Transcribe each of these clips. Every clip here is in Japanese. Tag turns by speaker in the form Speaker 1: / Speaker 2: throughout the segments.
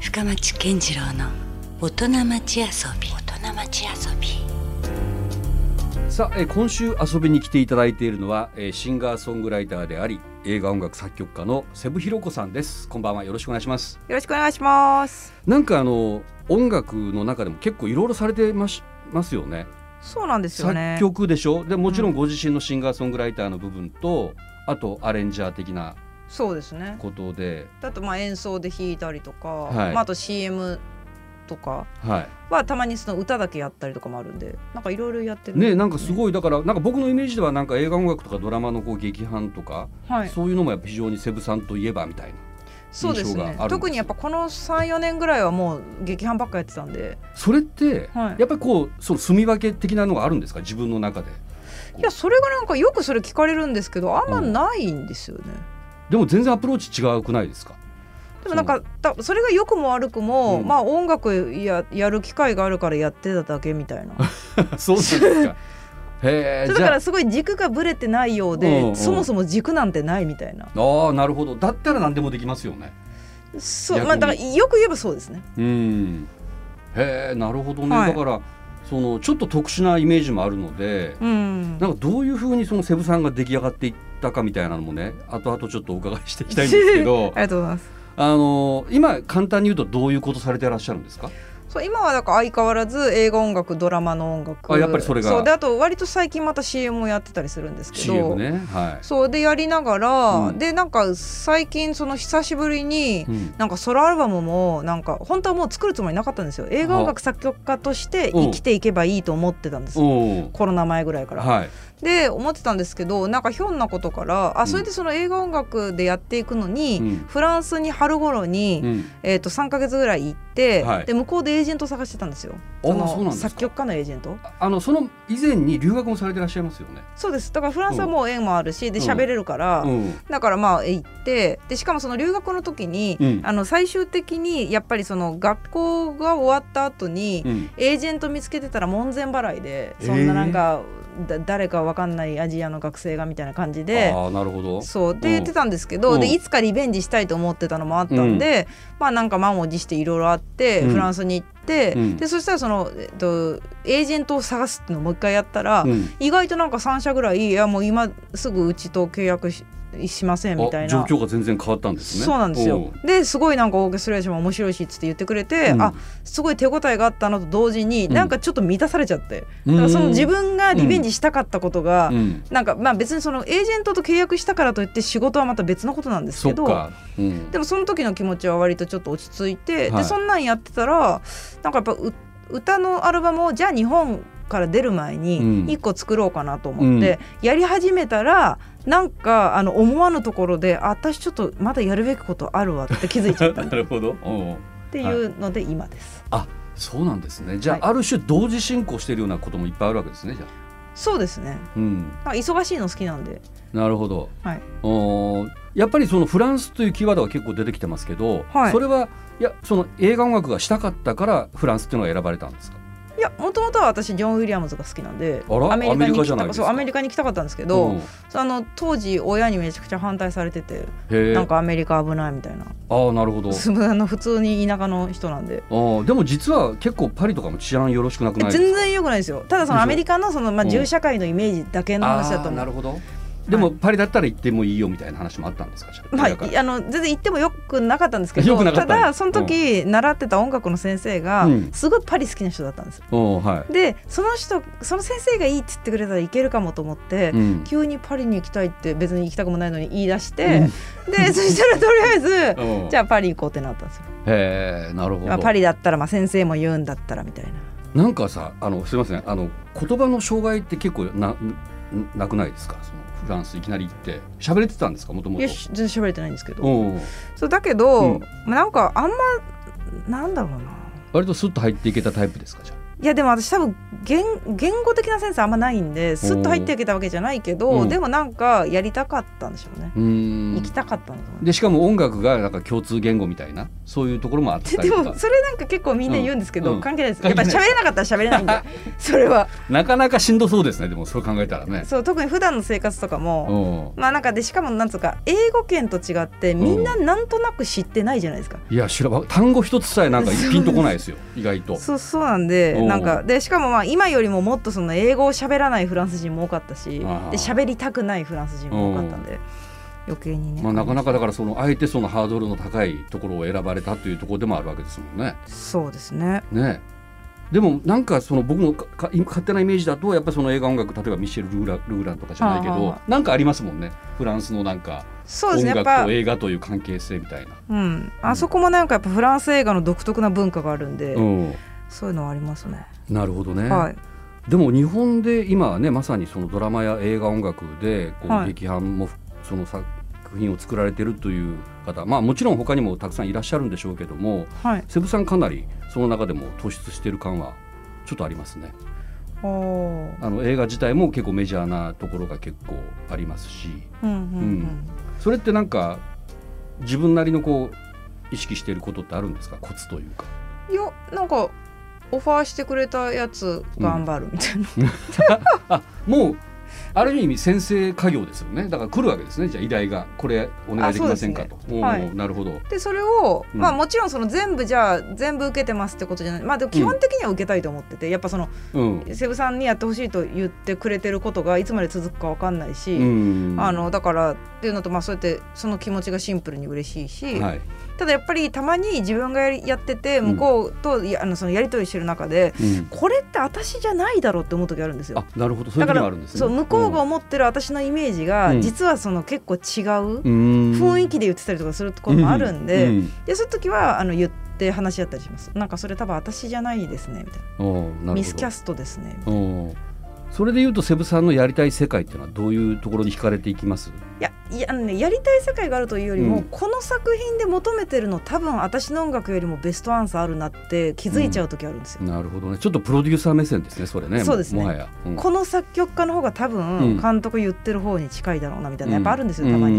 Speaker 1: 深町健次郎の大人町遊び大人町遊び
Speaker 2: さあ、えー今週遊びに来ていただいているのは、えーシンガーソングライターであり映画音楽作曲家のセブひろこさんですこんばんはよろしくお願いします
Speaker 3: よろしくお願いします。
Speaker 2: なんかあの音楽の中でも結構いろいろされてましますよね
Speaker 3: そうなんですよね
Speaker 2: 作。曲でしょでもちろんご自身のシンガーソングライターの部分と、あとアレンジャー的な
Speaker 3: そうですね。
Speaker 2: ことで
Speaker 3: だとまあ演奏で弾いたりとか、
Speaker 2: はい
Speaker 3: まああと CM とか
Speaker 2: はい
Speaker 3: はたまにその歌だけやったりとかもあるんで、なんかいろいろやってる。
Speaker 2: ねなんかすごいだからなんか僕のイメージではなんか映画音楽とかドラマのこう劇伴とか、
Speaker 3: はい。
Speaker 2: そういうのもやっぱ非常にセブさんといえばみたいな
Speaker 3: そうです
Speaker 2: 印象があるん
Speaker 3: ね
Speaker 2: です。よ
Speaker 3: 特にやっぱこの三四年ぐらいはもう劇伴ばっかやってたんで、
Speaker 2: それって、
Speaker 3: はい
Speaker 2: やっぱりこうその住み分け的なのがあるんですか自分の中で
Speaker 3: いやそれがなんかよくそれ聞かれるんですけど、あんまないんですよね。
Speaker 2: でも全然アプローチ違うくないです か
Speaker 3: でもなんかたそれが良くも悪くも、
Speaker 2: うん
Speaker 3: まあ音楽ややる機会があるからやってただけみたいな。
Speaker 2: そうそうなんですかへえ
Speaker 3: そう
Speaker 2: じ
Speaker 3: だ
Speaker 2: ゃ
Speaker 3: か
Speaker 2: あ
Speaker 3: らすごい軸がぶれてないよう
Speaker 2: うんうん
Speaker 3: でそもそも軸なんてないみたいな
Speaker 2: あーなるほどだったら何でもできますよね
Speaker 3: そう
Speaker 2: 逆に
Speaker 3: まあだからよく言えばそうですね
Speaker 2: うんへえなるほどね、
Speaker 3: はい
Speaker 2: だからそのちょっと特殊なイメージもあるので、
Speaker 3: うん
Speaker 2: なんかどういうふうにそのセブさんが出来上がっていったかみたいなのもね後々ちょっとお伺いしていきたいんですけど
Speaker 3: ありがとうございます
Speaker 2: あの今簡単に言うとどういうことされてらっしゃるんですか
Speaker 3: そう今はだから相変わらず映画音楽ドラマの音楽
Speaker 2: あやっぱりそれが
Speaker 3: そうであと割と最近また CM もやってたりするんですけど
Speaker 2: CM ねは
Speaker 3: そうでやりながら、
Speaker 2: うん
Speaker 3: でなんか最近その久しぶりに、
Speaker 2: い、うん、
Speaker 3: なんかソロアルバムもなんか本当はもう作るつもりなかったんですよ映画音楽作曲家として生きていけばいいと思ってたんですよ
Speaker 2: お
Speaker 3: コロナ前ぐらいか
Speaker 2: お
Speaker 3: ら、
Speaker 2: はい
Speaker 3: で思ってたんですけどなんかひょんなことから
Speaker 2: うん
Speaker 3: あそれでその映画音楽でやっていくのに、
Speaker 2: うん
Speaker 3: フランスに春頃に、
Speaker 2: うん、
Speaker 3: えー、と3か月ぐらい行って、
Speaker 2: はい
Speaker 3: で向こうでエージェント探してたんですよ
Speaker 2: あそ
Speaker 3: そ
Speaker 2: うなん
Speaker 3: の
Speaker 2: ですか
Speaker 3: 作曲家のエージェント
Speaker 2: あのその以前に留学もされてらっしゃいますよね。
Speaker 3: そうですだからフランスはもう縁もあるし、で
Speaker 2: うん
Speaker 3: 喋れるから、
Speaker 2: うん、
Speaker 3: だからまあ行ってでしかもその留学の時に、
Speaker 2: うん
Speaker 3: あの最終的にやっぱりその学校が終わった後に、
Speaker 2: うん、
Speaker 3: エージェント見つけてたら門前払いで
Speaker 2: えー
Speaker 3: そんななんか、だ誰かわかんないアジアの学生がみたいな感じで
Speaker 2: ああなるほど。
Speaker 3: そう
Speaker 2: うん
Speaker 3: で言ってたんですけど、
Speaker 2: うん
Speaker 3: でいつかリベンジしたいと思ってたのもあったんで、まあなんか満を持していろいろあって、
Speaker 2: うん
Speaker 3: フランスに行って、
Speaker 2: うん
Speaker 3: でそしたらその、えっと、エージェントを探すっていうのをもう一回やったら、
Speaker 2: うん、
Speaker 3: 意外となんか3社ぐらい「いやもう今すぐうちと契約ししません」みた
Speaker 2: あ
Speaker 3: い
Speaker 2: 状
Speaker 3: な。
Speaker 2: 況が全然変わったんですね。
Speaker 3: そうなんです
Speaker 2: お
Speaker 3: よ
Speaker 2: う
Speaker 3: ですごいなんかオーケストレーションも面白いしっつって言ってくれて、
Speaker 2: うん
Speaker 3: あすごい手応えがあったのと同時に、
Speaker 2: うん
Speaker 3: なんかちょっと満たされちゃって、
Speaker 2: うん
Speaker 3: だからその自分がリベンジしたかったことが、
Speaker 2: うん、
Speaker 3: なんかまあ別にそのエージェントと契約したからといって仕事はまた別のことなんです
Speaker 2: そ
Speaker 3: け
Speaker 2: っ
Speaker 3: ど
Speaker 2: か。うん
Speaker 3: でもその時の気持ちは割とちょっと落ち着いて、
Speaker 2: はい
Speaker 3: でそんなんやってたらなんかやっぱう歌のアルバムをじゃあ日本から出る前
Speaker 2: うん
Speaker 3: に1個作ろうかなと思って、やり始めたらなんかあの思わぬところであ私ちょっとまだやるべきことあるわって気づいちゃっ た
Speaker 2: な
Speaker 3: っ
Speaker 2: るほど。おう
Speaker 3: ていうので今 です。
Speaker 2: そうなんですね。じゃあ、
Speaker 3: は
Speaker 2: ある種同時進行しているようなこともいっぱいあるわけですね。じゃあ、
Speaker 3: そうですね
Speaker 2: うん、
Speaker 3: なんか忙しいの好きなんで、
Speaker 2: なるほど。
Speaker 3: はい、
Speaker 2: おーやっぱりそのフランスというキーワードが結構出てきてますけど、
Speaker 3: はい
Speaker 2: それはいやその映画音楽がしたかったからフランスっていうのが選ばれたんですか。
Speaker 3: いやもともとは私ジョン・ウィリアムズが好きなんで
Speaker 2: あら
Speaker 3: アメリ
Speaker 2: アメ
Speaker 3: カに
Speaker 2: リカ
Speaker 3: 来
Speaker 2: じゃ
Speaker 3: た
Speaker 2: ない
Speaker 3: か
Speaker 2: ですか
Speaker 3: そうアメリカに来たかったんですけど、
Speaker 2: うんへ
Speaker 3: あの当時親にめちゃくちゃ反対されてて
Speaker 2: え。
Speaker 3: なんかアメリカ危ないみたいな
Speaker 2: ああなるほど。
Speaker 3: すあの普通に田舎の人なんで
Speaker 2: あーでも実は結構パリとかも治安よろしくなくないですか
Speaker 3: 全然良くないですよただ
Speaker 2: で
Speaker 3: そ
Speaker 2: し
Speaker 3: の
Speaker 2: ょ
Speaker 3: アメリカのその、まあ、
Speaker 2: うん
Speaker 3: 銃社会のイメージだけの話だ
Speaker 2: あ
Speaker 3: と
Speaker 2: ー
Speaker 3: 思
Speaker 2: なる
Speaker 3: う
Speaker 2: ほどでも、パリだったら行ってもいいよみたいな話もあったんですかじゃ
Speaker 3: まあ、
Speaker 2: 映画館
Speaker 3: いあの全然行ってもよくなかったんですけ
Speaker 2: 良く
Speaker 3: ど
Speaker 2: なかった
Speaker 3: ただその時、習ってた音楽の先生が、
Speaker 2: うん
Speaker 3: すごいパリ好きな人だったんですよ
Speaker 2: おーは
Speaker 3: でその人その先生がいいって言ってくれたらいけるかもと思っ
Speaker 2: い、
Speaker 3: て、
Speaker 2: うん
Speaker 3: 急にパリに行きたいって別に行きたくもないのに言い出して、 でそしたらとりあえず
Speaker 2: うん
Speaker 3: じゃあパリ行こうってなったんですよ
Speaker 2: へえなるほ
Speaker 3: ま
Speaker 2: ど
Speaker 3: あ、パリだったらまあ先生も言うんだったらみたいな
Speaker 2: なんかさあのすいませんあの言葉の障害って結構なななくないですかそのフランスいきなり行って喋れてたんですかもともと
Speaker 3: いやし全然喋れてないんですけど
Speaker 2: おー
Speaker 3: そうだけど、
Speaker 2: うん
Speaker 3: まあなんかあんまなんだろうな
Speaker 2: 割とスッと入っていけたタイプですかじゃ
Speaker 3: いやでも私多分言言語的なセンスあんまないんですっと入っていけたわけじゃないけど、
Speaker 2: うん
Speaker 3: でもなんかやりたかったんでしょうね、
Speaker 2: うーん
Speaker 3: 行きたかったんだと思う
Speaker 2: でしかも音楽がなんか共通言語みたいなそういうところもあった
Speaker 3: で
Speaker 2: りと
Speaker 3: も
Speaker 2: か
Speaker 3: それなんか結構みんな言うんですけど、
Speaker 2: うん
Speaker 3: 関係ないですや
Speaker 2: 関
Speaker 3: っ
Speaker 2: 係
Speaker 3: ぱ
Speaker 2: ない
Speaker 3: 喋れなかったら喋れないんでそれは
Speaker 2: なかなかしんどそうですねでもそれ考えたらね。
Speaker 3: そう特に普段の生活とかも、
Speaker 2: う
Speaker 3: まあなんかでしかもなんつうか英語圏と違ってみんななんとなく知ってないじゃないですか、
Speaker 2: ん、いや知らば単語一つさえなんか
Speaker 3: そう
Speaker 2: ピンとこないですよ意外と。
Speaker 3: そうそうなんで
Speaker 2: うん
Speaker 3: なんかでしかもまあ今よりももっとその英語を喋らないフランス人も多かったしで
Speaker 2: あー
Speaker 3: 喋りたくないフランス人も多かったんで余計にね、
Speaker 2: まあ、なかなかだからそのあえてそのハードルの高いところを選ばれたというところでもあるわけですもんね。
Speaker 3: そうですね
Speaker 2: ねでもなんかその僕のかか勝手なイメージだとやっぱりその映画音楽例えばミシェル・ルーラルーランとかじゃないけ
Speaker 3: はあ
Speaker 2: ど
Speaker 3: は
Speaker 2: なんかありますもんねフランスのなんか
Speaker 3: そうです
Speaker 2: 音
Speaker 3: ねやっ
Speaker 2: 楽
Speaker 3: ぱ
Speaker 2: と、映画という関係性みたいな。
Speaker 3: うん、あそこもなんかやっぱフランス映画の独特な文化があるんで、
Speaker 2: うん
Speaker 3: そういうのはありますね、
Speaker 2: なるほどね、
Speaker 3: はい
Speaker 2: でも日本で今はねまさにそのドラマや映画音楽でこう
Speaker 3: はい
Speaker 2: 劇伴もふその作品を作られてるという方、まあ、もちろん他にもたくさんいらっしゃるんでしょうけども
Speaker 3: はい
Speaker 2: セブさんかなりその中でも突出してる感はちょっとありますね。
Speaker 3: おー
Speaker 2: あの映画自体も結構メジャーなところが結構ありますし
Speaker 3: うんうんうん
Speaker 2: それってなんか自分なりのこう意識していることってあるんですかコツというか
Speaker 3: いやなんかオファーしてくれたやつ頑張るみたいな、
Speaker 2: もうある意味先生家業ですよねだから来るわけですねじゃあ依頼がこれお願いできませんかと、おー
Speaker 3: はい
Speaker 2: なるほど
Speaker 3: でそれを、
Speaker 2: うん
Speaker 3: まあもちろんその全部じゃあ全部受けてますってことじゃないまあでも基本的には受けたいと思ってて、やっぱその
Speaker 2: うん、
Speaker 3: セブさんにやってほしいと言ってくれてることがいつまで続くかわかんないし、
Speaker 2: うん
Speaker 3: あのだからっていうのとまあそうやってその気持ちがシンプルに嬉しいし、
Speaker 2: はい、
Speaker 3: ただやっぱりたまに自分がやりやってて向こうとやあのそのやり取りしてる中で
Speaker 2: うん、
Speaker 3: これって私じゃないだろうって思う時あるんですよ
Speaker 2: あ。なるほどそうい
Speaker 3: だ
Speaker 2: うこと
Speaker 3: から
Speaker 2: もあるんですね
Speaker 3: そう向こうが思ってる私のイメージが、
Speaker 2: うん
Speaker 3: 実はその結構違う
Speaker 2: 雰
Speaker 3: 雰囲気で言ってたりとかするところもあるんで、
Speaker 2: うん
Speaker 3: でそういう時はあの言って話し合ったりしますなんかそれ多分私じゃないですねみたいな
Speaker 2: うんおーなるほど
Speaker 3: ミスキャストですね
Speaker 2: うんそれでいうとセブさんのやりたい世界っていうのはどういうところに惹かれていきます
Speaker 3: いやいやあのねやりたい世界があるというよりも、
Speaker 2: うん
Speaker 3: この作品で求めてるの多分私の音楽よりもベストアンサーあるなって気づいちゃう時あるんですよ、
Speaker 2: なるほどねちょっとプロデューサー目線ですねそれねも
Speaker 3: そうですね
Speaker 2: もはや、うん
Speaker 3: この作曲家の方が多
Speaker 2: うん
Speaker 3: 分監督言ってる方に近いだろうなみたいな、やっぱあるんですよたまに、だ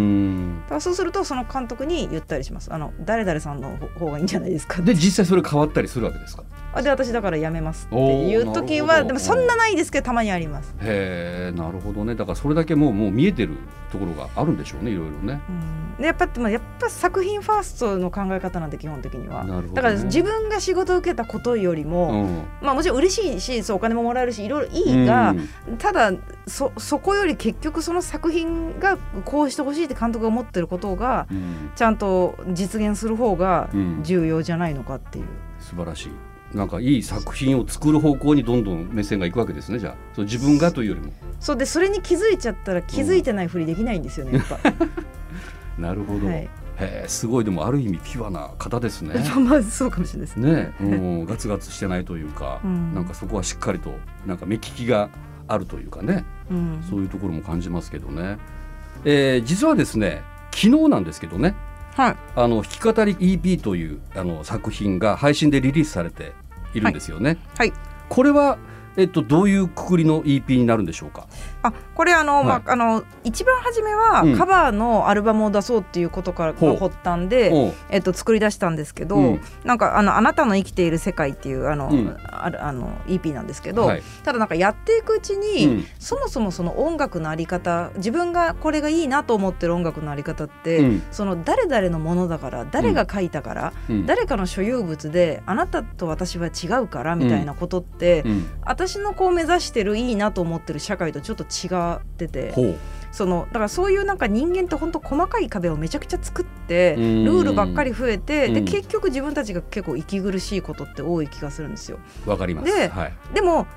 Speaker 2: に
Speaker 3: からそうするとその監督に言ったりしますあの誰々さんの方がいいんじゃないですか
Speaker 2: で実際それ変わったりするわけですか
Speaker 3: あで私だからやめますっていう時
Speaker 2: おーなるほ
Speaker 3: は
Speaker 2: ど
Speaker 3: でもそんなないですけどたまにあります
Speaker 2: へえなるほどねだからそれだけもうもう見えてるところがあるんでしょうねいろいろね
Speaker 3: うんでやっぱでもやっぱ作品ファーストの考え方なんで基本的に
Speaker 2: な
Speaker 3: は、
Speaker 2: るほどね
Speaker 3: だから自分が仕事を受けたことよりも、
Speaker 2: うん
Speaker 3: まあもちろん嬉しいしそうお金ももらえるしいろいろいいが
Speaker 2: う、ん
Speaker 3: ただそそこより結局その作品がこうしてほしいって監督が思ってることが
Speaker 2: うん
Speaker 3: ちゃんと実現する方が
Speaker 2: うん
Speaker 3: 重要じゃないのかっていう、
Speaker 2: 素晴らしいなんかいい作品を作る方向にどんどん目線がいくわけですねじゃあそう自分がというよりも
Speaker 3: そうでそれに気づいちゃったら気づいてないふりできないんですよねやっぱ、
Speaker 2: なるほど、
Speaker 3: は
Speaker 2: へ
Speaker 3: い、
Speaker 2: えすごいでもある意味ピュアな方ですね
Speaker 3: まあそうかもしれないです
Speaker 2: ね、うん、ガツガツしてないというか、
Speaker 3: うん
Speaker 2: なんかそこはしっかりとなんか目利きがあるというかね
Speaker 3: うん
Speaker 2: そういうところも感じますけどね、えー実はですね昨日なんですけどね
Speaker 3: はい
Speaker 2: あの弾き語り EP というあの作品が配信でリリースされているんですよね。
Speaker 3: はいはい
Speaker 2: これはえっとどういうくくりの EP になるんでしょうか。
Speaker 3: あこれあの、
Speaker 2: はい
Speaker 3: まあ、あの一番初めは
Speaker 2: うん
Speaker 3: カバーのアルバムを出そうっていうことから
Speaker 2: ほう
Speaker 3: の発端で、
Speaker 2: おう
Speaker 3: えっと、作り出したんですけど、
Speaker 2: うん
Speaker 3: なんかあの「あなたの生きている世界」っていうあの、
Speaker 2: うん
Speaker 3: あるあの EP なんですけど、
Speaker 2: はい
Speaker 3: ただなんかやっていくうちに、
Speaker 2: うん
Speaker 3: そもそもその音楽のあり方自分がこれがいいなと思ってる音楽のあり方って、
Speaker 2: うん
Speaker 3: その誰々のものだから誰が書いたから、
Speaker 2: うん
Speaker 3: 誰かの所有物であなたと私は違うからみたいなことって、
Speaker 2: うん
Speaker 3: 私のこう目指してるいいなと思ってる社会とちょっと違ってて
Speaker 2: ほう
Speaker 3: そのだからそういうなんか人間って本当細かい壁をめちゃくちゃ作って
Speaker 2: う
Speaker 3: ル
Speaker 2: ん
Speaker 3: ールばっかり増えて
Speaker 2: う
Speaker 3: で
Speaker 2: ん
Speaker 3: 結局自分たちが結構息苦しいことって多い気がするんですよ。
Speaker 2: わかります。
Speaker 3: で
Speaker 2: はい、
Speaker 3: でも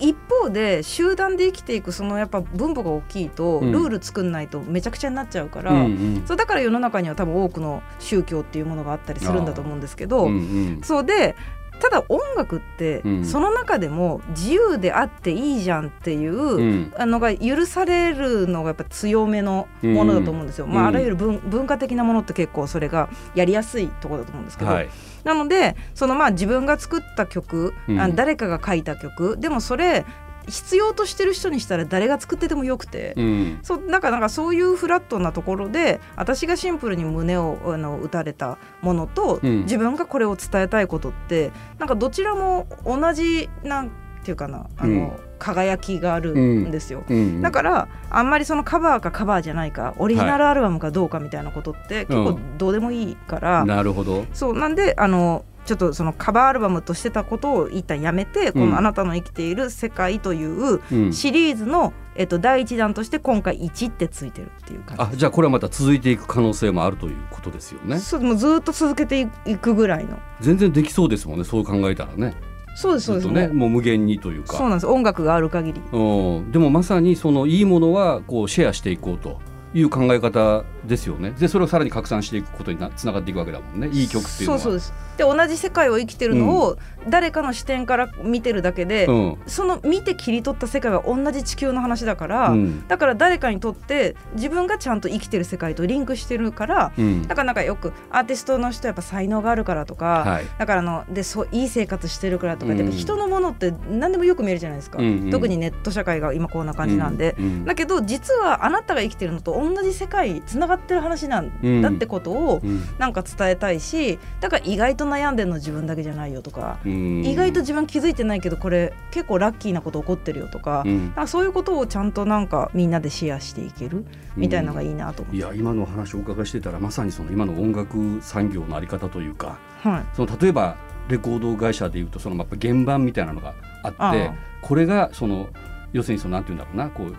Speaker 3: 一方で集団で生きていくそのやっぱ分母が大きいと
Speaker 2: うん
Speaker 3: ルール作んないとめちゃくちゃになっちゃうから、
Speaker 2: うんうん
Speaker 3: そうだから世の中には多分多くの宗教っていうものがあったりするんだと思うんですけど、
Speaker 2: うんうん
Speaker 3: そうでただ音楽って、
Speaker 2: うん
Speaker 3: その中でも自由であっていいじゃんっていう、
Speaker 2: うん
Speaker 3: あのが許されるのがやっぱ強めのものだと思うんですよ、
Speaker 2: うん
Speaker 3: まあ、
Speaker 2: う
Speaker 3: あ
Speaker 2: ん
Speaker 3: らゆる文文化的なものって結構それがやりやすいところだと思うんですけど、
Speaker 2: はい
Speaker 3: なのでそのまあ自分が作った曲、
Speaker 2: うん
Speaker 3: あ誰かが書いた曲でもそれ必要としてる人にしたら誰が作っててもよくて、
Speaker 2: うん
Speaker 3: そうなんかなんかそういうフラットなところで私がシンプルに胸をあの打たれたものと、
Speaker 2: うん
Speaker 3: 自分がこれを伝えたいことってなんかどちらも同じなんていうかなあの、輝きがあるんですよ。
Speaker 2: うん
Speaker 3: だからあんまりそのカバーかカバーじゃないかオリジナルアルバムかどうかみたいなことって結構どうでもいいから、
Speaker 2: なるほど
Speaker 3: そうなんであのちょっとそのカバーアルバムとしてたことを一旦やめて、こ
Speaker 2: うん
Speaker 3: の「あなたの生きている世界」という
Speaker 2: うん
Speaker 3: シリーズの、えっと、第1弾として今回1ってついてるっていう感
Speaker 2: あじゃあこれはまた続いていく可能性もあるということですよ
Speaker 3: じ
Speaker 2: ね
Speaker 3: そうもうずっと続けていくぐらいの
Speaker 2: 全然できそうですもんねそう考えたらね
Speaker 3: そうですそうで
Speaker 2: ず
Speaker 3: す
Speaker 2: っとね
Speaker 3: ね
Speaker 2: もう無限にというか
Speaker 3: そうなんです音楽がある限り
Speaker 2: うん、でもまさにそのいいものはこうシェアしていこうという考え方ですよねでそれをさらに拡散していくことになつながっていくわけだもんねいい曲っていうのは
Speaker 3: そうそうですで同じ世界を生きてるのを誰かの視点から見てるだけで、
Speaker 2: うん
Speaker 3: その見て切り取った世界は同じ地球の話だから、
Speaker 2: うん
Speaker 3: だから誰かにとって自分がちゃんと生きてる世界とリンクしてるから
Speaker 2: うん
Speaker 3: だからなんかよくアーティストの人やっぱ才能があるからとか、
Speaker 2: はい
Speaker 3: だからあのでそういい生活してるからとか、
Speaker 2: うん
Speaker 3: やっぱ人のものって何でもよく見えるじゃないですか、
Speaker 2: うんうん
Speaker 3: 特にネット社会が今こんな感じなんで、
Speaker 2: うんうん
Speaker 3: だけど実はあなたが生きてるのと同じ世界つながってる話なんだってことを
Speaker 2: うん
Speaker 3: なんか伝えたいしだから意外と悩んでるの自分だけじゃないよとか、
Speaker 2: うん
Speaker 3: 意外と自分気づいてないけどこれ結構ラッキーなこと起こってるよとか,、
Speaker 2: うん
Speaker 3: なんかそういうことをちゃんとなんかみんなでシェアしていけるみたいなのがいいなと思っ
Speaker 2: い
Speaker 3: て、
Speaker 2: や今のお話をお伺いしてたらまさにその今の音楽産業のあり方というか
Speaker 3: はい、
Speaker 2: その例えばレコード会社でいうとそのやっぱ原版みたいなのがあって
Speaker 3: ああ
Speaker 2: これがその要するにそのなんていうんだろうなこう、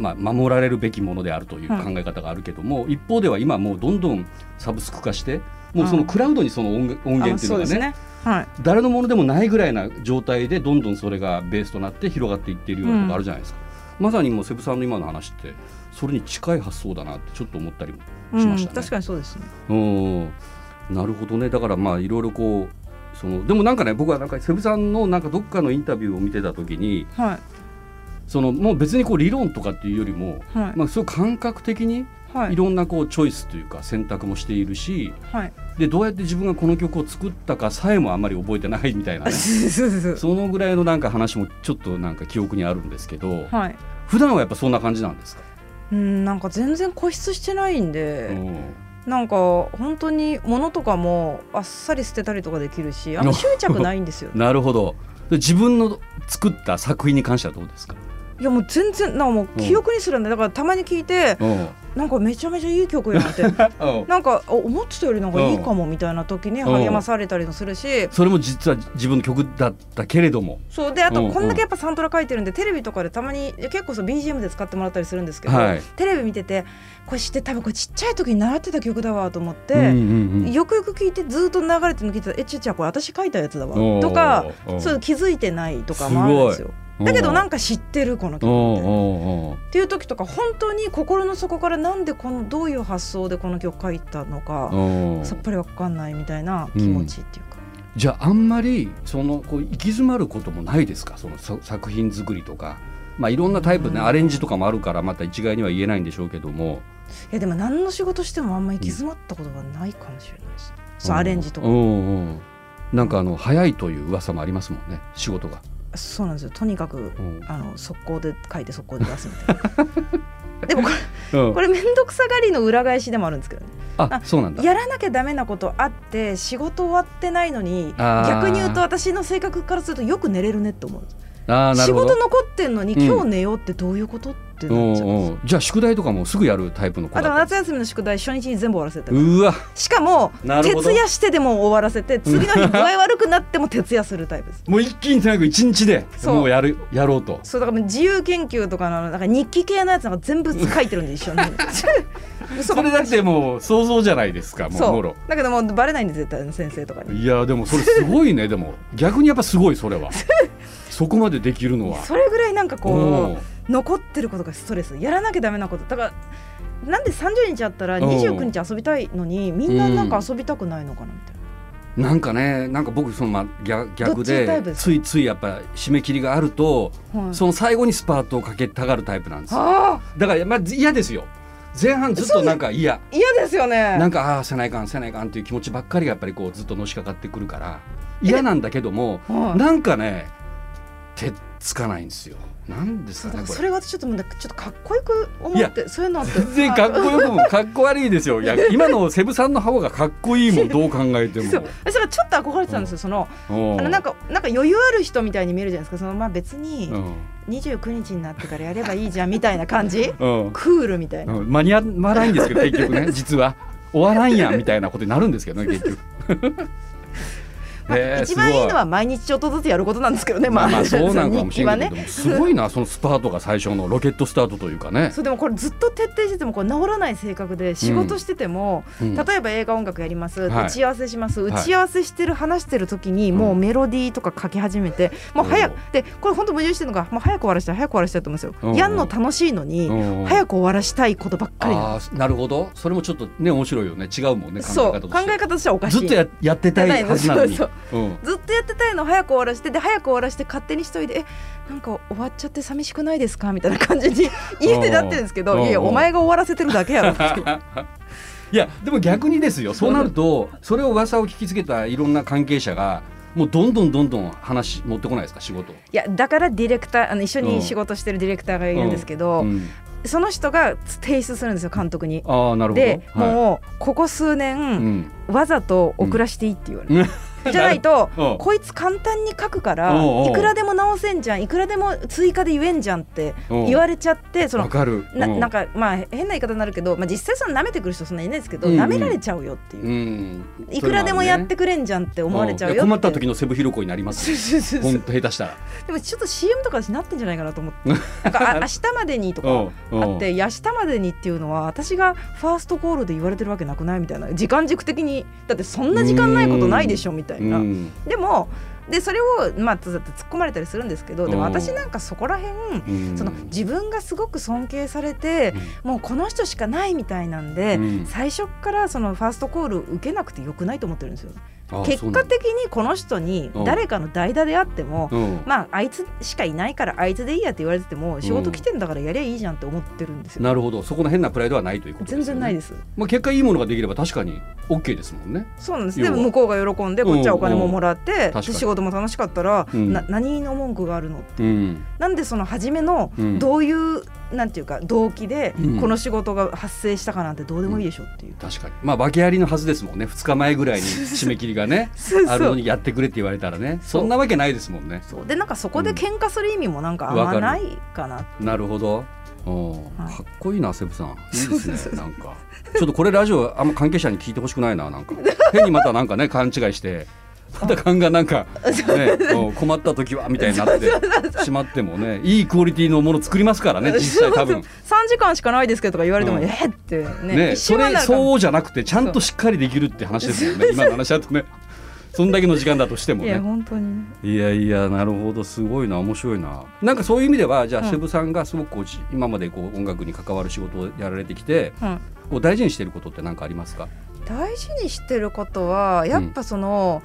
Speaker 2: まあ、守られるべきものであるという
Speaker 3: はい
Speaker 2: 考え方があるけども、一方では今もうどんどんサブスク化してもうそのクラウドにその音楽音源っていう
Speaker 3: そう
Speaker 2: の
Speaker 3: で
Speaker 2: が
Speaker 3: す
Speaker 2: ね
Speaker 3: ね、はい、
Speaker 2: 誰のものでもないぐらいな状態でどんどんそれがベースとなって広がっていっているようなことがあるじゃないですか。まさにもうセブさんの今の話ってそれに近い発想だなってちょっと思ったりもしましたね。
Speaker 3: うん、確かにそうですね
Speaker 2: うんなるほどねだからまあいろいろこうそのでもなんかね僕はなんかセブさんのなんかどっかのインタビューを見てた時に
Speaker 3: はい
Speaker 2: そのもう別にこう理論とかっていうよりも、
Speaker 3: はい、
Speaker 2: まあ、すごい感覚的に
Speaker 3: はい
Speaker 2: いろんなこうチョイスというか選択もしているし
Speaker 3: はい、、
Speaker 2: でどうやって自分がこの曲を作ったかさえもあんまり覚えてないみたいな、ね
Speaker 3: そうそうそう
Speaker 2: そのぐらいのなんか話もちょっとなんか記憶にあるんですけど、
Speaker 3: はい
Speaker 2: 普段はやっぱそんな感じなんですか、
Speaker 3: うんなんか全然固執してないんで、
Speaker 2: うん
Speaker 3: なんか本当に物とかもあっさり捨てたりとかできるしあんま執着ないんで すよね
Speaker 2: なるほどで自分の作った作品に関してはどうですか、
Speaker 3: いやもう全然なんかもう記憶にするんでだからたまに聞いて
Speaker 2: うん
Speaker 3: なんかめちゃめちゃいい曲やんって なんかあ思ってたよりなんかいいかもみたいな時に
Speaker 2: うん
Speaker 3: 励まされたりもするし
Speaker 2: それも実は自分の曲だったけれども、
Speaker 3: そうであ
Speaker 2: うん
Speaker 3: と
Speaker 2: うん
Speaker 3: こんだけやっぱサントラ書いてるんでテレビとかでたまに結構そう BGM で使ってもらったりするんですけど、
Speaker 2: はい
Speaker 3: テレビ見ててこれ知って多分これちっちゃい時に習ってた曲だわと思って。
Speaker 2: うんうんうん
Speaker 3: よくよく聞いてずっと流れてるの聞いてたらえちっちゃいこれ私書いたやつだ
Speaker 2: お
Speaker 3: わ
Speaker 2: ー
Speaker 3: とか
Speaker 2: おー
Speaker 3: そう気づいてないとかもあるんですよだけどなんか知ってるこ
Speaker 2: お
Speaker 3: の
Speaker 2: ー
Speaker 3: 曲って
Speaker 2: おーおー
Speaker 3: っていう時とか本当に心の底からなんでこのどういう発想でこの曲書いたのか
Speaker 2: おー
Speaker 3: さっぱりわかんないみたいな気持ちっていうか、
Speaker 2: じゃああんまりそのこう行き詰まることもないですかそのそ作品作りとか、まあ、いろんなタイプね、
Speaker 3: うん
Speaker 2: アレンジとかもあるからまた一概には言えないんでしょうけども
Speaker 3: いやでも何の仕事してもあんまり行き詰まったことがないかもしれないです、そうアレンジと
Speaker 2: おー
Speaker 3: か
Speaker 2: おーなんかあの早いという噂もありますもんね仕事が。
Speaker 3: そうなんですよとにかく
Speaker 2: うん
Speaker 3: あの速攻で書いて速攻で出すみたいなでもこれ
Speaker 2: うん
Speaker 3: これ面倒くさがりの裏返しでもあるんですけどね
Speaker 2: あ
Speaker 3: あ
Speaker 2: そうなんだ。
Speaker 3: やらなきゃダメなことあって仕事終わってないのに
Speaker 2: あー
Speaker 3: 逆に言うと私の性格からするとよく寝れるねって思う
Speaker 2: あーな
Speaker 3: 仕
Speaker 2: るほ
Speaker 3: 事
Speaker 2: ど
Speaker 3: 残ってんのに
Speaker 2: うん
Speaker 3: 今日寝ようってどういうことってなっちゃう
Speaker 2: お
Speaker 3: ん
Speaker 2: ー
Speaker 3: です
Speaker 2: おーじゃあ宿題とかもすぐやるタイプの子だ
Speaker 3: あ
Speaker 2: った
Speaker 3: と夏休みの宿題初日に全部終わらせた
Speaker 2: うわ
Speaker 3: しかも
Speaker 2: なるほど
Speaker 3: 徹夜してでも終わらせて次の日具合悪くなっても徹夜するタイプです
Speaker 2: もう一気にとにかく一日で
Speaker 3: そう
Speaker 2: もうやるやろうと。
Speaker 3: そうだからもう自由研究とかのなんか日記系のやつなんか全部書いてるん で一緒に
Speaker 2: そ
Speaker 3: 嘘ばっ
Speaker 2: れ
Speaker 3: か
Speaker 2: だ
Speaker 3: り
Speaker 2: ってもう想像じゃないですかもう
Speaker 3: そ
Speaker 2: も
Speaker 3: う
Speaker 2: ろ
Speaker 3: だけどもうバレないんで絶対先生とかに
Speaker 2: いやでもそれすごい ねでも逆にやっぱすごいそれはそこまでできるのは
Speaker 3: それぐらいなんかこう
Speaker 2: おー
Speaker 3: 残ってることがストレスやらなきゃダメなことだからなんで30日あったら
Speaker 2: うん
Speaker 3: 29日遊びたいのにみんななんか遊びたくないのかなみたいな
Speaker 2: なんかねなんか僕そのまあ逆逆
Speaker 3: どっちタイプ
Speaker 2: で
Speaker 3: ですか
Speaker 2: ついついやっぱ締め切りがあると、
Speaker 3: はい
Speaker 2: その最後にスパートをかけたがるタイプなんですよ
Speaker 3: あ
Speaker 2: だからまあ嫌ですよ前半ずっとなんか嫌
Speaker 3: ー嫌ですよね
Speaker 2: なんかああせないかんせないかんっていう気持ちばっかりがやっぱりこうずっとのしかかってくるから嫌なんだけども
Speaker 3: はい
Speaker 2: なんかね手つかないんですよなんですかねこ
Speaker 3: そ
Speaker 2: れ
Speaker 3: れが私ちょっとなんかちょっとかっこよく思ってそういうのって
Speaker 2: 全然かっこよくもかっこ悪いですよいや今のセブさんの方がかっこいい もんどう考えて
Speaker 3: そう私はちょっと憧れてたんですよ、その
Speaker 2: も
Speaker 3: あのなんかなんか余裕ある人みたいに見えるじゃないですかそのまあ別に
Speaker 2: うん
Speaker 3: 29日になってからやればいいじゃんみたいな感じ
Speaker 2: うん
Speaker 3: クールみたいな、
Speaker 2: うん間に合わないんですけど結局 ね実は終わらんやんみたいなことになるんですけどね結局
Speaker 3: まあ
Speaker 2: へえ
Speaker 3: 一番いい
Speaker 2: す
Speaker 3: の
Speaker 2: ご
Speaker 3: は毎日ちょっとずつやることなんですけどね
Speaker 2: まあまあそうなの かも
Speaker 3: 日
Speaker 2: しれ
Speaker 3: 記
Speaker 2: な
Speaker 3: はい
Speaker 2: け
Speaker 3: ね
Speaker 2: どもすごいなそのスパートが最初のロケットスタートというかね、
Speaker 3: そうでもこれずっと徹底しててもこう治らない性格で仕事してても、
Speaker 2: うん
Speaker 3: 例えば映画音楽やります、
Speaker 2: はい
Speaker 3: 打ち合わせします、
Speaker 2: い
Speaker 3: 打ち合わせしてる話してる時にもうメロディーとか書き始めて、もう早く
Speaker 2: お
Speaker 3: でこれ本当矛盾してるのがもう早く終わらしたい早く終わらしたいと思うんです
Speaker 2: おうお
Speaker 3: よ。
Speaker 2: う
Speaker 3: やんの楽しいのに、
Speaker 2: うん
Speaker 3: 早く終わらしたいことばっかりな
Speaker 2: あーなるほどそれもちょっとね面白いよね違うもんね考
Speaker 3: の
Speaker 2: え
Speaker 3: そう
Speaker 2: 方と
Speaker 3: 考
Speaker 2: して
Speaker 3: え方としてはおかしい
Speaker 2: ずっとややってたいはずなのに
Speaker 3: そう
Speaker 2: うん
Speaker 3: ずっとやってたいのを早く終わらしてで早く終わらして勝手に一人でえなんか終わっちゃって寂しくないですかみたいな感じに家でなってるんですけ
Speaker 2: おうおう
Speaker 3: どいやいやお前が終わらせてるだけやろって
Speaker 2: いやでも逆にですよそうなるとそれを噂を聞きつけたいろんな関係者がもうどんどんどんどん話持ってこないですか仕事を
Speaker 3: いやだからディレクターあの一緒に仕事してるディレクターがいるんですけど、
Speaker 2: うん
Speaker 3: その人が提出するんですよ監督に。
Speaker 2: ああなるほど
Speaker 3: で、
Speaker 2: はい
Speaker 3: もうここ数年、
Speaker 2: ん、
Speaker 3: わざと遅らしていいって言われる、 じゃない と
Speaker 2: うん
Speaker 3: こいつ簡単に書くから
Speaker 2: おうおう
Speaker 3: いくらでも直せんじゃんいくらでも追加で言えんじゃんって言われちゃってそ
Speaker 2: わ
Speaker 3: の
Speaker 2: かる
Speaker 3: な
Speaker 2: うん
Speaker 3: なんかまあ変な言い方になるけど、まあ、実際その舐めてくる人そんなにいないですけど
Speaker 2: うんうん
Speaker 3: 舐められちゃうよっていうう。
Speaker 2: ん
Speaker 3: いくらでもやって
Speaker 2: く
Speaker 3: くれんじゃんって思われちゃうよ
Speaker 2: 困った
Speaker 3: て
Speaker 2: 時のセブヒロコになります
Speaker 3: そうそう そうそう
Speaker 2: 本当下手したら
Speaker 3: でもちょっと CM とかになってんじゃないかなと思って なんかあ明日までにとか
Speaker 2: うんうん
Speaker 3: あっていや明日までにっていうのは私がファーストコールで言われてるわけなくないみたいな時間軸的にだってそんな時間ないことないでしょみたいうなんでもでそれをまあつ突っ込まれたりするんですけどでも
Speaker 2: うん
Speaker 3: 私なんかそこら辺
Speaker 2: うん
Speaker 3: その自分がすごく尊敬されてもうこの人しかないみたいなんで
Speaker 2: うん
Speaker 3: 最初っからそのファーストコール受けなくてよくないと思ってるんですよ
Speaker 2: あそ
Speaker 3: 結
Speaker 2: うな
Speaker 3: 果
Speaker 2: んだ
Speaker 3: 的にこの人に誰かの代打であっても
Speaker 2: うん
Speaker 3: まああいつしかいないからあいつでいいやって言われてても仕事来てんだからやりゃいいじゃんって思ってるんですよ
Speaker 2: なるほどそこの変なプライドはないということですよ
Speaker 3: 全
Speaker 2: ね
Speaker 3: 然ないです。
Speaker 2: まあ結果いいものができれば確かに OK ですもんね
Speaker 3: そうなんです。
Speaker 2: 要
Speaker 3: で
Speaker 2: は
Speaker 3: も向こうが喜んでこっちはお金ももらって
Speaker 2: ん、確か
Speaker 3: で
Speaker 2: に
Speaker 3: 仕事も楽しかったら、
Speaker 2: うん
Speaker 3: な何の文句があるの？
Speaker 2: うん
Speaker 3: なんでその初めの
Speaker 2: うん
Speaker 3: どういう、なんていうか動機で
Speaker 2: うん
Speaker 3: この仕事が発生したかなんてどうでもいいでしょっていう。
Speaker 2: 確かにまあ訳ありのはずですもんね2日前ぐらいに締め切りがね
Speaker 3: そう
Speaker 2: あるの
Speaker 3: そう。
Speaker 2: にやってくれって言われたらね
Speaker 3: そう
Speaker 2: そんなわけないですもんね
Speaker 3: そうでなんかそこで喧嘩する意味もなんかあんまないかな。
Speaker 2: なるほど。おー
Speaker 3: はい
Speaker 2: かっこいいなセブさん。いい
Speaker 3: そうそう
Speaker 2: です
Speaker 3: そ
Speaker 2: ね。なんかちょっとこれラジオあんま関係者に聞いてほしくないななんか変にまたなんかね勘違いして。また勘がなんか、ね、うん困った時はみたいになってしまってもねいいクオリティのもの作りますからね実際多分
Speaker 3: 三時間しかないですけどとか言われても、
Speaker 2: うん
Speaker 3: えーってね
Speaker 2: ね
Speaker 3: 一瞬
Speaker 2: そ
Speaker 3: は
Speaker 2: れ
Speaker 3: なるかも
Speaker 2: そうじゃなくてちゃんとしっかりできるって話ですもんね今の話だとねそんだけの時間だとしても
Speaker 3: い
Speaker 2: ね
Speaker 3: や本当に
Speaker 2: いやいやなるほどすごいな面白いななんかそういう意味ではじゃあ、
Speaker 3: うん
Speaker 2: セブさんがすごくこうじ今までこう音楽に関わる仕事をやられてきて
Speaker 3: うん
Speaker 2: こう大事にしてることって何かありますか
Speaker 3: 大事にしてることはやっぱその、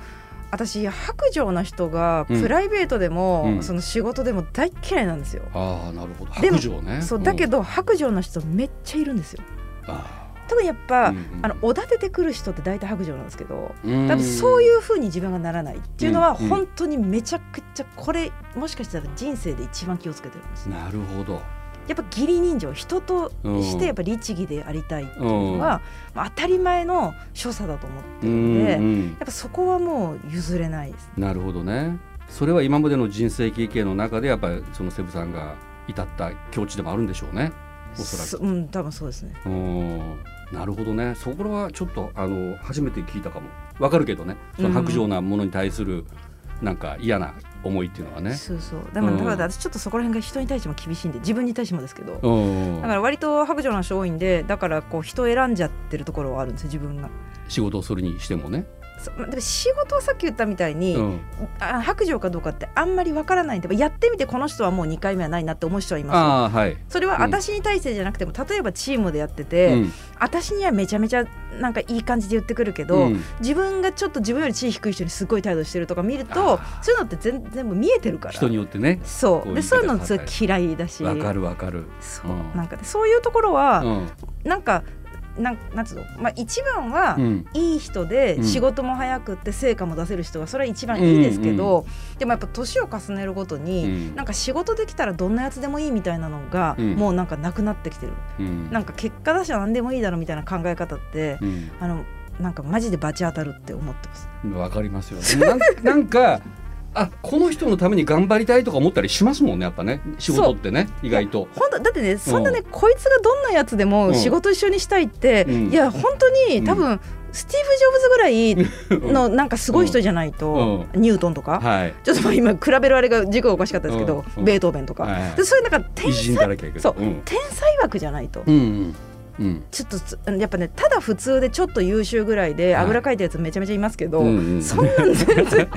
Speaker 3: 私白状な人が
Speaker 2: うん
Speaker 3: プライベートでも、
Speaker 2: うん
Speaker 3: その仕事でも大っ嫌いなんですよ。
Speaker 2: ああなるほど
Speaker 3: でも
Speaker 2: 白状ね
Speaker 3: そうだけ
Speaker 2: ど、
Speaker 3: ど白状な人めっちゃいるんですよ。
Speaker 2: うんあ
Speaker 3: 特にやっぱ、
Speaker 2: ーうんうん
Speaker 3: あのおだててくる人って大体白状なんですけど。
Speaker 2: うん
Speaker 3: 多分そういう風に自分がならないっていうのは
Speaker 2: うんうん
Speaker 3: 本当にめちゃくちゃこれもしかしたら人生で一番気をつけてるんです
Speaker 2: なるほど
Speaker 3: やっぱ義理人情人としてやっぱ律儀でありたいっていうのが、まあ、当たり前の所作だと思って
Speaker 2: う
Speaker 3: ので
Speaker 2: ん
Speaker 3: やっぱそこはもう譲れないです。
Speaker 2: うんなるほどねそれは今までの人生経験の中でやっぱりそのセブさんが至った境地でもあるんでしょうねおそらく
Speaker 3: そうん、多分そうですね。
Speaker 2: うんなるほどねそこはちょっとあの初めて聞いたかもわかるけどねその白状なものに対するなんか嫌な思いっていうのはね、
Speaker 3: そうそう。でも、
Speaker 2: うん
Speaker 3: だから私ちょっとそこら辺が人に対しても厳しいんで、自分に対してもですけど。
Speaker 2: うん
Speaker 3: だから割と白状な人多いんで、だからこう人選んじゃってるところはあるんですよ、自分が。
Speaker 2: 仕事をするにしてもね
Speaker 3: そまあでも仕事はさっき言ったみたいに、
Speaker 2: うん
Speaker 3: あ白状かどうかってあんまりわからないんでやってみてこの人はもう2回目はないなって思う人はいます
Speaker 2: ああはい、
Speaker 3: それは私に対してじゃなくても、例えばチームでやってて、
Speaker 2: うん
Speaker 3: 私にはめちゃめちゃなんかいい感じで言ってくるけど、
Speaker 2: うん
Speaker 3: 自分がちょっと自分より地位低い人にすごい態度してるとか見るとそういうのって全全部見えてるから
Speaker 2: 人によってね
Speaker 3: そ
Speaker 2: こう
Speaker 3: う
Speaker 2: いう言
Speaker 3: で
Speaker 2: い方
Speaker 3: そういうのすごい嫌いだし
Speaker 2: わかるわかる、
Speaker 3: そう
Speaker 2: うん
Speaker 3: なんかねそういうところは、
Speaker 2: うん
Speaker 3: なんかなんなんつうの、まあ、一番は、
Speaker 2: うん、
Speaker 3: いい人で
Speaker 2: うん
Speaker 3: 仕事も早くって成果も出せる人がそれは一番いいですけど、でもやっぱ年を重ねるごとに、
Speaker 2: うん
Speaker 3: なんか仕事できたらどんなやつでもいいみたいなのが、
Speaker 2: うん
Speaker 3: もうなんかなくなってきてる
Speaker 2: うん
Speaker 3: なんか結果出しは何でもいいだろうみたいな考え方って、あのなんかマジでバチ当たるって思ってます。
Speaker 2: うん、わかりますよなん なんかあこの人のために頑張りたいとか思ったりしますもんねやっぱね仕事ってね意外と
Speaker 3: 本当だってねそんなね、こいつがどんなやつでも仕事一緒にしたいって、
Speaker 2: うん
Speaker 3: いや本当に多分、スティーブ・ジョブズぐらいのなんかすごい人じゃないと、ニュートンとか、
Speaker 2: はい
Speaker 3: ちょっとまあ今比べるあれが軸がおかしかったですけど、
Speaker 2: うん
Speaker 3: ベートーベンとか、
Speaker 2: はいはい
Speaker 3: でそういうなんか天
Speaker 2: 偉人だ
Speaker 3: 才
Speaker 2: らけやけど
Speaker 3: そう、
Speaker 2: うん
Speaker 3: 天才枠じゃないと、
Speaker 2: うんうんうん
Speaker 3: ちょっとつやっぱねただ普通でちょっと優秀ぐらいで
Speaker 2: はい
Speaker 3: あぐらかいたやつめちゃめちゃいますけど、
Speaker 2: うんうん
Speaker 3: そんなん全然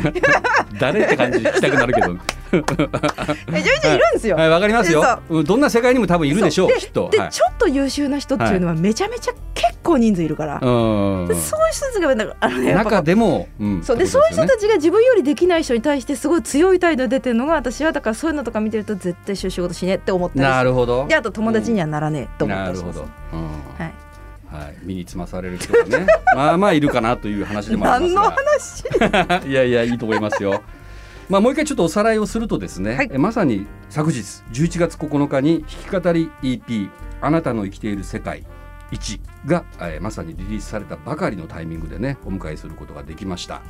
Speaker 2: 誰って感じしたくなる けど
Speaker 3: めちゃめちゃいるんですよ。
Speaker 2: はいわかりますよ
Speaker 3: で
Speaker 2: うんどんな世界にも多分いるでしょう
Speaker 3: そう
Speaker 2: きっと
Speaker 3: で
Speaker 2: はい
Speaker 3: ちょっと優秀な人っていうのはめちゃめちゃ結構人数いるから、
Speaker 2: うん
Speaker 3: でそういう人たちがなんかあの、ね、やっぱ
Speaker 2: 中でもうん
Speaker 3: そうで
Speaker 2: って
Speaker 3: そ
Speaker 2: こ
Speaker 3: う
Speaker 2: とすよ
Speaker 3: いう人
Speaker 2: ね
Speaker 3: たちが自分よりできない人に対してすごい強い態度出てるのが私はだからそういうのとか見てると絶対一緒に仕事しねって思ったりして
Speaker 2: なるほど
Speaker 3: であと友達にはならねえと思った
Speaker 2: な
Speaker 3: り
Speaker 2: る
Speaker 3: し
Speaker 2: ほ
Speaker 3: ます、
Speaker 2: どうん
Speaker 3: はい、
Speaker 2: はい、身につまされる人がねまあまあいるかなという話でもあり
Speaker 3: 何の
Speaker 2: ま
Speaker 3: 話
Speaker 2: すが いやいやいいと思いますよ。 まあ、もう一回ちょっとおさらいをするとですね、
Speaker 3: はい
Speaker 2: えまさに昨日11月9日に弾き語り EP「あなたの生きている世界1」が、えーまさにリリースされたばかりのタイミングでねお迎えすることができました、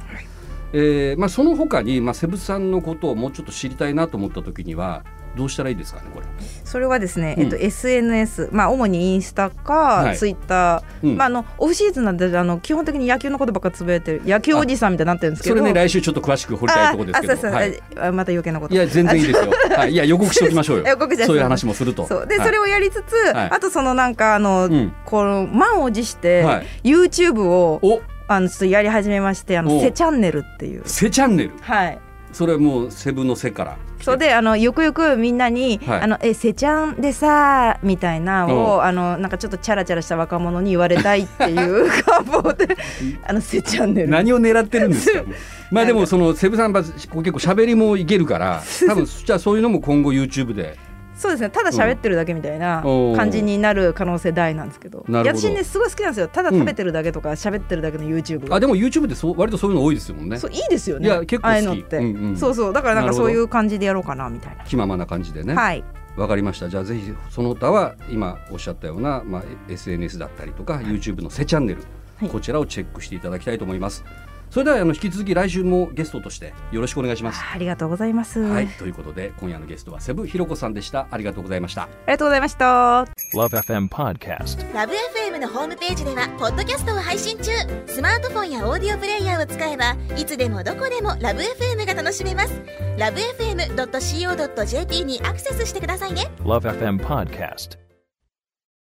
Speaker 2: えーまあ、その他に、まあ、セブさんのことをもうちょっと知りたいなと思った時にはどうしたらいいですかねこれ。
Speaker 3: それはですね、
Speaker 2: うん
Speaker 3: えっと、SNS、まあ、主にインスタか、
Speaker 2: い
Speaker 3: ツイッター、
Speaker 2: うん
Speaker 3: まあ、あのオフシーズンなんであの基本的に野球のことばっかつぶやいてる野球おじさんみたいになってるんですけ
Speaker 2: そ
Speaker 3: ど
Speaker 2: れね来週ちょっと詳しく掘りたいところですけ
Speaker 3: ああそう
Speaker 2: ど。
Speaker 3: そう、
Speaker 2: はい
Speaker 3: あまた余計なこと
Speaker 2: いや全然いいですよ。はい、いや予告しておきましょうよ。
Speaker 3: 予告じゃない
Speaker 2: そういう話もすると。
Speaker 3: そうで、
Speaker 2: はい
Speaker 3: それをやりつつ、
Speaker 2: はい
Speaker 3: あとそのなんかあの、
Speaker 2: うん
Speaker 3: この満を持して、
Speaker 2: はい
Speaker 3: YouTube を
Speaker 2: お
Speaker 3: あのちょっとやり始めましてあ
Speaker 2: お
Speaker 3: のセチャンネルっていう
Speaker 2: セチャンネル。
Speaker 3: はい
Speaker 2: それもうセブのセから。
Speaker 3: そうであのよくよくみんなに「
Speaker 2: はい
Speaker 3: あのえせちゃんでさ」みたいな
Speaker 2: おう
Speaker 3: をあのなんかちょっとチャラチャラした若者に言われたいって いう願望であのせチャンネル
Speaker 2: 何を狙ってるんです か。まあでもそのセブさんは結構喋りもいける から、多分じゃあそういうのも今後 YouTube で。
Speaker 3: そうですねただ喋ってるだけみたいな
Speaker 2: おう
Speaker 3: 感じになる可能性大なんですけど
Speaker 2: なるほど
Speaker 3: いや私ねすごい好きなんですよただ食べてるだけとか喋ってるだけの YouTube
Speaker 2: あでも YouTube でそう割とそういうの多いですもんね。
Speaker 3: そういいですよね
Speaker 2: いや結構好き
Speaker 3: ああいうのって、
Speaker 2: うんうん
Speaker 3: そうそうだからなん
Speaker 2: な
Speaker 3: か
Speaker 2: るほど
Speaker 3: そういう感じでやろうかなみたいな
Speaker 2: 気ままな感じでね。
Speaker 3: はい
Speaker 2: わかりました。じゃあぜひその他は今おっしゃったような、まあ、SNS だったりとか、YouTube のセチャンネル、
Speaker 3: はい
Speaker 2: こちらをチェックしていただきたいと思います。それではあの引き続き来週もゲストとしてよろしくお願いします。
Speaker 3: ありがとうございます、
Speaker 2: はい、
Speaker 3: あ
Speaker 2: ということで今夜のゲストはセブひろこさんでした。ありがとうございました。
Speaker 3: りがとうございました
Speaker 4: Love FM Podcast.
Speaker 5: ラブ f m のホームページではポッドキャストを配信中スマートフォンやオーディオプレイヤーを使えばいつでもどこでもラブ f m が楽しめますラブ FM.co.jp にアクセスしてくださいね
Speaker 4: Love FM Podcast.